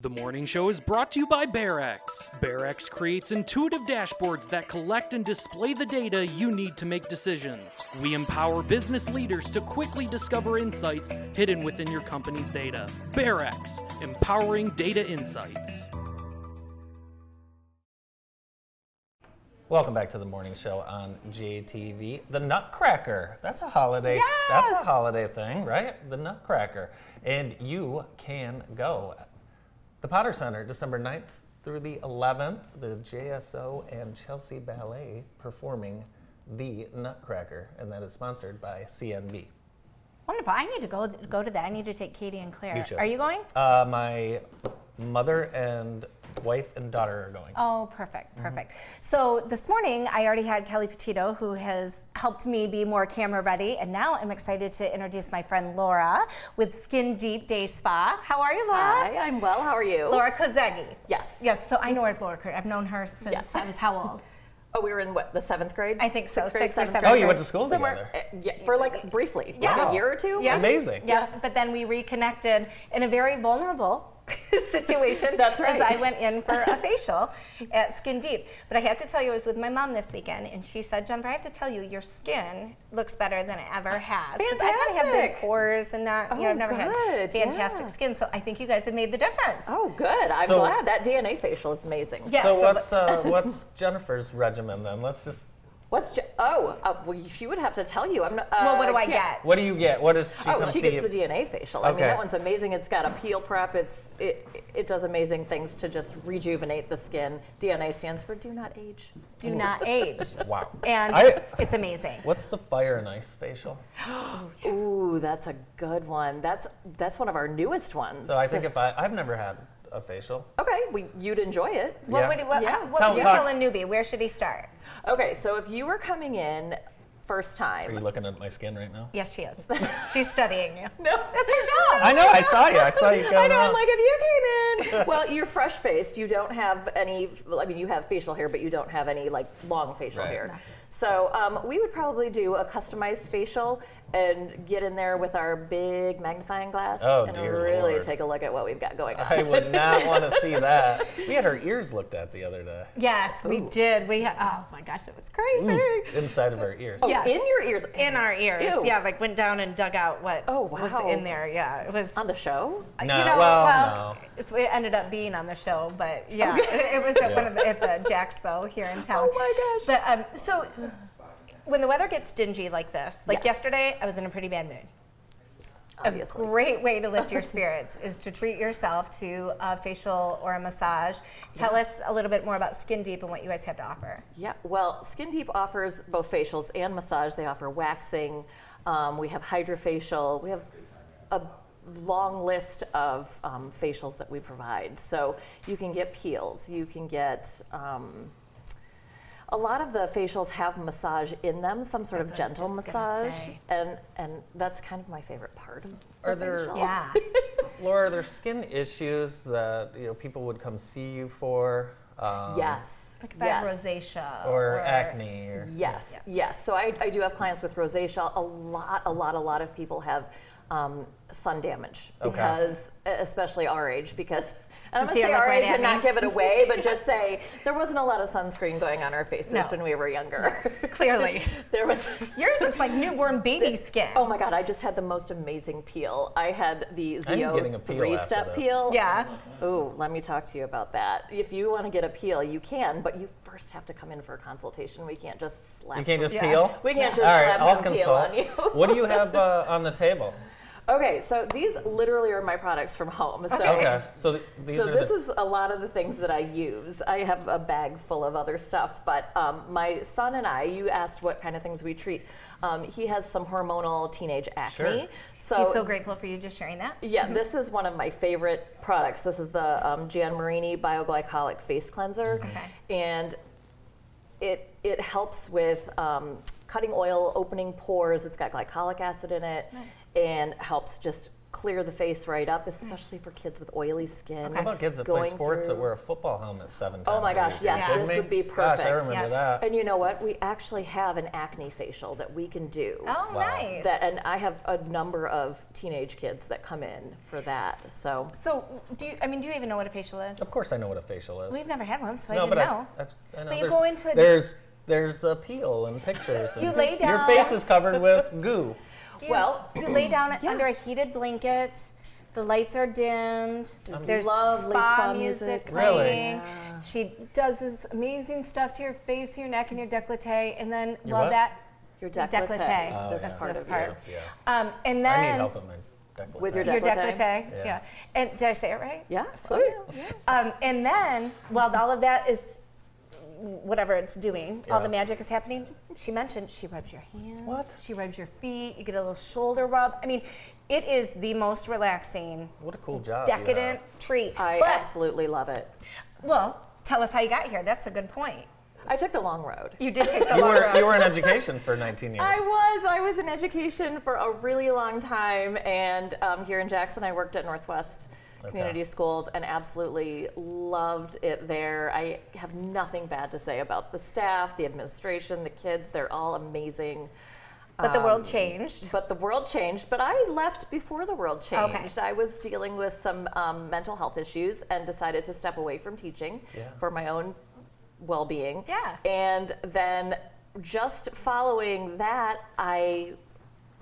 D: The morning show is brought to you by BearX. BearX creates intuitive dashboards that collect and display the data you need to make decisions. We empower business leaders to quickly discover insights hidden within your company's data. BearX, empowering data insights.
A: Welcome back to the morning show on JTV. The Nutcracker. That's a holiday. That's a
G: Yes!
A: holiday thing, right? The Nutcracker. And you can go. The Potter Center, December 9th through the 11th, the JSO and Chelsea Ballet performing The Nutcracker, and that is sponsored by CNB.
B: Wonderful. I need to go go to that. I need to take Katie and Claire.
A: You should.
B: Are you going?
A: Uh, my mother and wife and daughter are going.
B: Oh,
A: Mm-hmm.
B: perfect, perfect. So this morning, I already had Kelly Petito, who has helped me be more camera ready, and now I'm excited to introduce my friend Laura with Skin Deep Day Spa. How are you, Laura?
H: Hi, I'm well. How are you?
B: Laura Kozegi.
H: Yes.
B: Yes. So I know where's Laura. Kozegi. I've known her since
H: Yes.
B: I was how old?
H: Oh, we were in what the seventh grade?
B: I think so,
H: Sixth grade,
B: sixth or
H: seventh
B: seventh
A: Oh,
H: grade.
A: you went to school
H: Somewhere,
A: together.
H: uh, yeah, for like briefly, like
A: Wow.
H: a year or two.
B: Yeah.
A: Amazing.
B: Yeah, but then we reconnected in a very vulnerable situation.
H: That's
B: As
H: right.
B: I went in for a facial at Skin Deep. But I have to tell you, I was with my mom this weekend, and she said, Jennifer, I have to tell you, your skin looks better than it ever has. 'Cause I kind of have big
H: Fantastic.
B: pores and not, you know,
H: Oh,
B: I've never had
H: good,
B: fantastic
H: yeah.
B: skin. So I think you guys have made the difference.
H: Oh, good. I'm
A: So-
H: glad that DNA facial is amazing.
B: Yeah.
A: So
B: so
A: what's uh, what's Jennifer's regimen then? Let's just.
H: What's ju- oh uh, well, she would have to tell you. I'm not. Uh,
B: Well, what do I
H: can't-
B: get?
A: What do you get? What does she
H: Oh,
A: come
H: she
A: see?
H: gets the
A: you-
H: DNA facial. I mean,
A: Okay.
H: that one's amazing. It's got a peel prep. It's it it does amazing things to just rejuvenate the skin. DNA stands for do not age.
B: Do not age.
A: Wow.
B: And
A: I-
B: it's amazing.
A: What's the fire and ice facial?
B: Oh,
H: Ooh, that's a good one. That's that's one of our newest ones.
A: So I think if I I've never had a facial.
H: okay, we, you'd enjoy it.
B: What
A: Yeah.
B: would, what,
H: Yeah.
B: what
A: Sounds
B: would you
A: fun.
B: tell a newbie? Where should he start?
H: Okay, so if you were coming in first
A: Are you
H: time,
A: looking at my skin right now?
B: Yes, she is. She's studying you.
H: no, that's her job.
A: I know. I saw you. I saw you
H: I
A: going
H: know.
A: on.
H: I'm like, if you came in, well, you're fresh faced. You don't have any. I mean, you have facial hair, but you don't have any like long facial
A: Right.
H: hair. So um, we would probably do a customized facial and get in there with our big magnifying glass
A: Oh,
H: and
A: dear
H: really
A: Lord.
H: take a look at what we've got going on.
A: I would not want to see that. We had our ears looked at the other day.
B: Yes, we did. We had, oh my gosh, it was crazy.
A: Inside of our ears.
H: Oh,
B: Yes.
H: in your ears,
B: in our ears.
H: Ew.
B: Yeah, like went down and dug out what
H: Oh, wow.
B: was in there. Yeah, it was.
H: on the show.
A: no.
B: you know,
A: well, no.
B: it's- it ended up being on the show, but yeah, it, it was at one of the, at the Jack's though here in town.
H: Oh my
B: But, um, so when the weather gets dingy like this, like
H: Yes.
B: yesterday, I was in a pretty bad mood.
H: Obviously.
B: A great way to lift your spirits is to treat yourself to a facial or a massage. Tell us a little bit more about Skin Deep and what you guys have to offer.
H: Yeah, well, Skin Deep offers both facials and massage. They offer waxing. Um, we have hydrofacial. We have a long list of um, facials that we provide. So you can get peels. You can get. Um, a lot of the facials have massage in them, some sort of
B: That's what
H: gentle
B: I was just gonna
H: massage,
B: say.
H: and and that's kind of my favorite part of the
A: Are there-
H: facial.
B: Yeah.
A: Laura, are there skin issues that you know people would come see you for? Um,
H: Yes.
B: Like if I have
H: yes.
B: rosacea
A: Or, acne. Or,
H: Yes, yes. So I, I do have clients with rosacea. A lot, a lot, a lot of people have um, sun damage
A: Okay.
H: because, e, especially our age, because. And I'm
B: Just
H: going to
B: here,
H: say
B: look
H: our
B: right
H: age
B: at
H: and not
B: me.
H: give it away, but just say there wasn't a lot of sunscreen going on our faces
B: No.
H: when we were younger.
B: Clearly.
H: there was.
B: Yours looks like newborn baby skin.
H: Oh my God! I just had the most amazing peel. I had the
A: I'm getting a peel
H: Zio
A: after
H: three-step
A: this.
H: peel.
B: Yeah.
H: Ooh, let me talk to you about that. If you want to get a peel, you can, but you first have to come in for a consultation. We can't just slap.
A: You can't
H: some-
A: just peel.
H: We can't just
A: All right,
H: slap
A: I'll
H: some
A: consult.
H: peel on you.
A: what do you have uh, on the table?
H: Okay, so these literally are my products from home. So,
A: Okay, so th- these
H: so
A: are
H: this
A: the,
H: is a lot of the things that I use. I have a bag full of other stuff, but um, my son and I, you asked what kind of things we treat. Um, he has some hormonal teenage acne.
A: Sure.
H: So,
B: He's so grateful for you just sharing that.
H: Yeah, this is one of my favorite products. This is the um, Gian Marini Bioglycolic Face Cleanser,
B: Okay.
H: and it it helps with um, cutting oil, opening pores. It's got glycolic acid in it, and helps just clear the face right
B: Mm.
H: up, especially for kids with oily skin.
A: how about kids that play
H: going
A: sports that
H: through-
A: wear a football helmet seven times?
H: Oh my
A: a
H: gosh,
A: week? Are you
H: yes,
A: kidding
H: this
A: me?
H: would be
A: Gosh, I
H: perfect.
A: remember
B: Yeah.
A: that.
H: And you know what? We actually have an acne facial that we can do.
B: Oh,
A: Wow.
B: nice.
H: That, and I have a number of teenage kids that come in for that. So
B: so, do you? I mean, do you even know what a facial is?
A: of course, I know what a facial is.
B: We've never had one, so I
A: no,
B: didn't
A: but I've,
B: know.
A: I've, I know
B: But you
A: there's,
B: go into a-
A: there's there's a peel and pictures. And
B: You lay
A: Your
B: down-
A: face is covered with goo.
B: You-
H: Well-
B: you lay down
H: Yeah.
B: under a heated blanket. The lights are dimmed. There's
H: Um, Lovely
B: spa,
H: spa
B: music
H: music.
A: Really?
B: playing. She does this amazing stuff to your face, your neck, and your décolleté, and then
A: Your
B: well
A: what?
B: that
H: Your
B: The decollete.
H: decollete. this
A: Oh, yeah.
H: part
B: This
H: of
B: part.
H: you.
A: Yeah.
B: Um, and
A: I need
B: then
A: help with my decollete.
H: With your
A: there.
B: your
H: Decollete.
B: décolleté.
A: Yeah.
B: Yeah. And did I say it right?
H: Yeah.
B: So, Um, and then while all of that is whatever it's doing, all the
A: Yeah.
B: magic is happening. She mentioned she rubs your hands.
A: What?
B: She rubs your feet. You get a little shoulder rub. I mean, it is the most relaxing,
H: Oh,
A: What a cool job. you have.
B: decadent treat.
H: I
B: but,
H: absolutely love it.
F: Well, tell us how you got here. That's a good point.
H: I took the long road.
F: You did take the
A: You
F: long
A: were,
F: road.
A: you were in education for 19 years.
H: I was. I was in education for a really long time, and um, here in Jackson, I worked at Northwest Community Schools and absolutely loved it there. I have nothing bad to say about the staff, the administration, the kids. They're all amazing.
B: but the world
H: Um,
B: changed.
H: But the world changed. But I left before the world changed. I was dealing with some um, mental health issues and decided to step away from teaching for my own well being.
F: Yeah.
H: And then just following that, I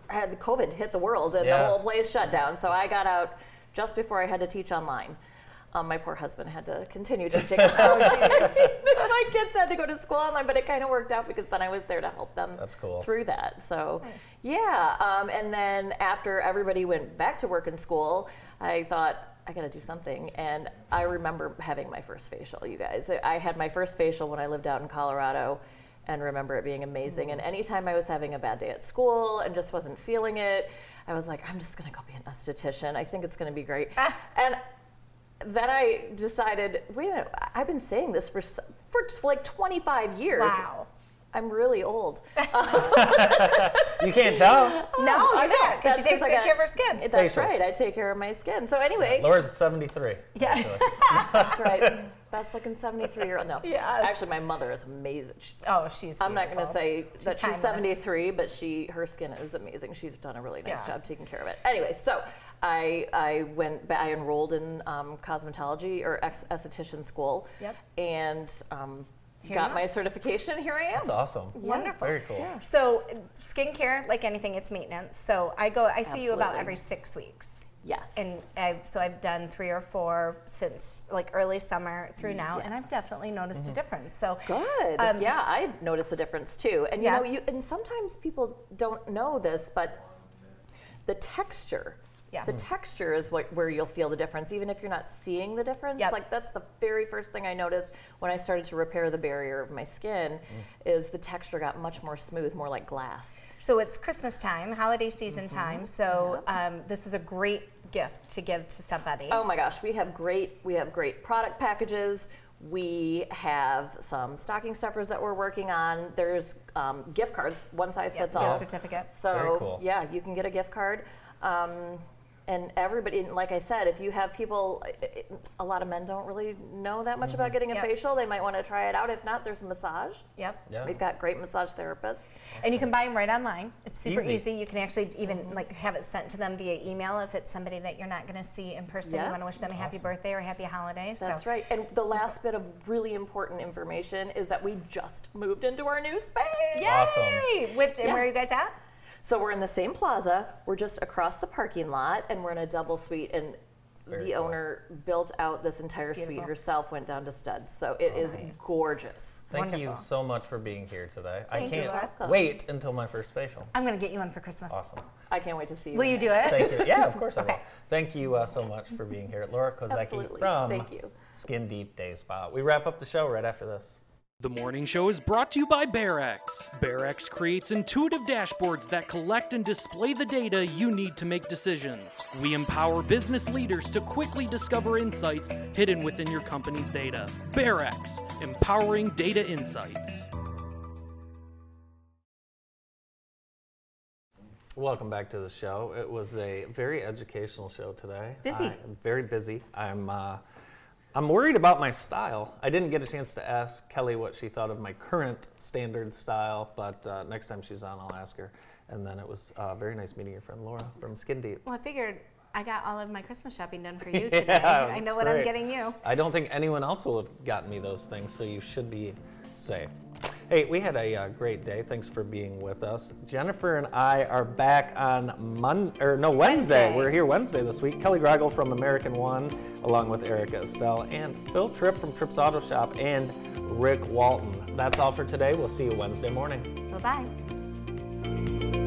H: had COVID hit the world and
A: Yeah.
H: the whole place shut down. So I got out just before I had to teach online. Um, my poor husband had to continue teaching. my kids had to go to school online, but it kind of worked out because then I was there to help them
A: That's cool.
H: through that. So, yeah. Um, and then after everybody went back to work and school, I thought, I got to do something. And I remember having my first facial, you guys. I- I had my first facial when I lived out in Colorado and remember it being amazing. And anytime I was having a bad day at school and just wasn't feeling it, I was like, I'm just going to go be an esthetician. I think it's going to be great. and then I decided, wait a minute, I- I've been saying this for, s- for like 25 years.
F: Wow.
H: I'm really old.
A: You can't tell.
F: No,
H: Oh, I
F: you
H: know.
F: can't, 'cause she
H: That's
F: takes
H: 'cause I
F: good
H: got-
F: care of her skin.
H: That's
A: Facials.
H: right. I take care of my skin. So anyway,
A: Laura's 73.
B: Yeah.
H: that's right. Best looking 73 year old. No.
F: Yes.
H: Actually, my mother is amazing. She-
F: Oh, she's.
H: I'm not going
F: beautiful.
H: to say that
F: timeless.
H: she's 73, but she her skin is amazing. She's done a really nice
F: Yeah.
H: job taking care of it. Anyway, so I I went ba- I enrolled in um, cosmetology or ex- esthetician school.
F: Yep.
H: And um,
F: Here you
H: got
F: are.
H: my certification. Here I am.
A: That's awesome.
F: Wonderful.
A: Very cool.
F: So, skincare, like anything, it's maintenance. So I go, I see you about
H: Absolutely.
F: every six weeks,
H: Yes.
F: and I've, so I've done three or four since like early summer through now, and I've definitely noticed a difference. So
H: Mm-hmm. Good.
F: Um,
H: yeah, I noticed a difference too. And
F: Yeah.
H: you know, you and sometimes people don't know this, but the texture.
F: Yeah.
H: The
F: Mm.
H: texture is what where you'll feel the difference, even if you're not seeing the difference.
F: Yep.
H: Like that's the very first thing I noticed when I started to repair the barrier of my skin,
F: Mm.
H: is the texture got much more smooth, more like glass.
F: So it's Christmas time, holiday season
H: Mm-hmm.
F: time. So um, this is a great gift to give to somebody.
H: Oh my gosh, we have great we have great product packages. We have some stocking stuffers that we're working on. There's um, gift cards, one size
F: Yeah,
H: fits
F: gift
H: all.
F: certificate.
H: So
A: Very cool.
H: yeah, you can get a gift card. Um, and everybody, and like I said, if you have people, i- i- a lot of men don't really know that much about getting a
F: Mm-hmm. Yep.
H: facial. They might want to try it out. If not, there's a massage.
F: Yep.
A: Yeah.
H: We've got great massage therapists.
F: And you can buy them right online. It's super
A: Easy.
F: easy. You can actually even
H: Mm-hmm.
F: like have it sent to them via email if it's somebody that you're not going to see in person.
H: Yeah.
F: You want to wish them a happy birthday or happy holidays.
H: That's right. And the last bit of really important information is that we just moved into our new space.
A: Awesome.
F: Hey, which, and where are you guys at?
H: So we're in the same plaza. We're just across the parking lot, and we're in a double suite. And
A: Very
H: the
A: cool.
H: owner built out this entire
F: Beautiful.
H: suite herself. Went down to studs, so it is gorgeous.
A: Thank you
F: Wonderful.
A: so much for being here today.
F: Thank
A: I
F: you.
A: can't
H: Welcome.
A: wait until my first facial.
F: I'm going to get you one for Christmas.
A: Awesome.
H: I can't wait to see you.
F: Will
H: in
F: you
H: it.
F: do it?
A: Thank you. Yeah, of course I will.
F: Okay.
A: Thank you uh, so much for being here. Laura Kozaki
H: Absolutely.
A: from
H: Thank you.
A: Skin Deep Day Spa. We wrap up the show right after this.
D: The morning show is brought to you by BearX. BearX creates intuitive dashboards that collect and display the data you need to make decisions. We empower business leaders to quickly discover insights hidden within your company's data. BearX, empowering data insights.
A: Welcome back to the show. It was a very educational show today.
F: Busy.
A: I'm very busy. I'm uh, I'm worried about my style. I didn't get a chance to ask Kelly what she thought of my current standard style, but uh, next time she's on, I'll ask her. And then it was uh, very nice meeting your friend Laura from Skin Deep.
F: Well, I figured I got all of my Christmas shopping done for you today.
A: Yeah,
F: I know
A: that's
F: what I'm
A: great.
F: getting you.
A: I don't think anyone else will have gotten me those things, so you should be safe. Hey, we had a uh, great day. Thanks for being with us. Jennifer and I are back on Monday, or no, Wednesday.
B: Wednesday.
A: We're here Wednesday this week. Kelly Groggle from American One, along with Erica Estelle, and Phil Tripp from Tripp's Auto Shop, and Rick Walton. That's all for today. We'll see you Wednesday morning.
F: Bye bye.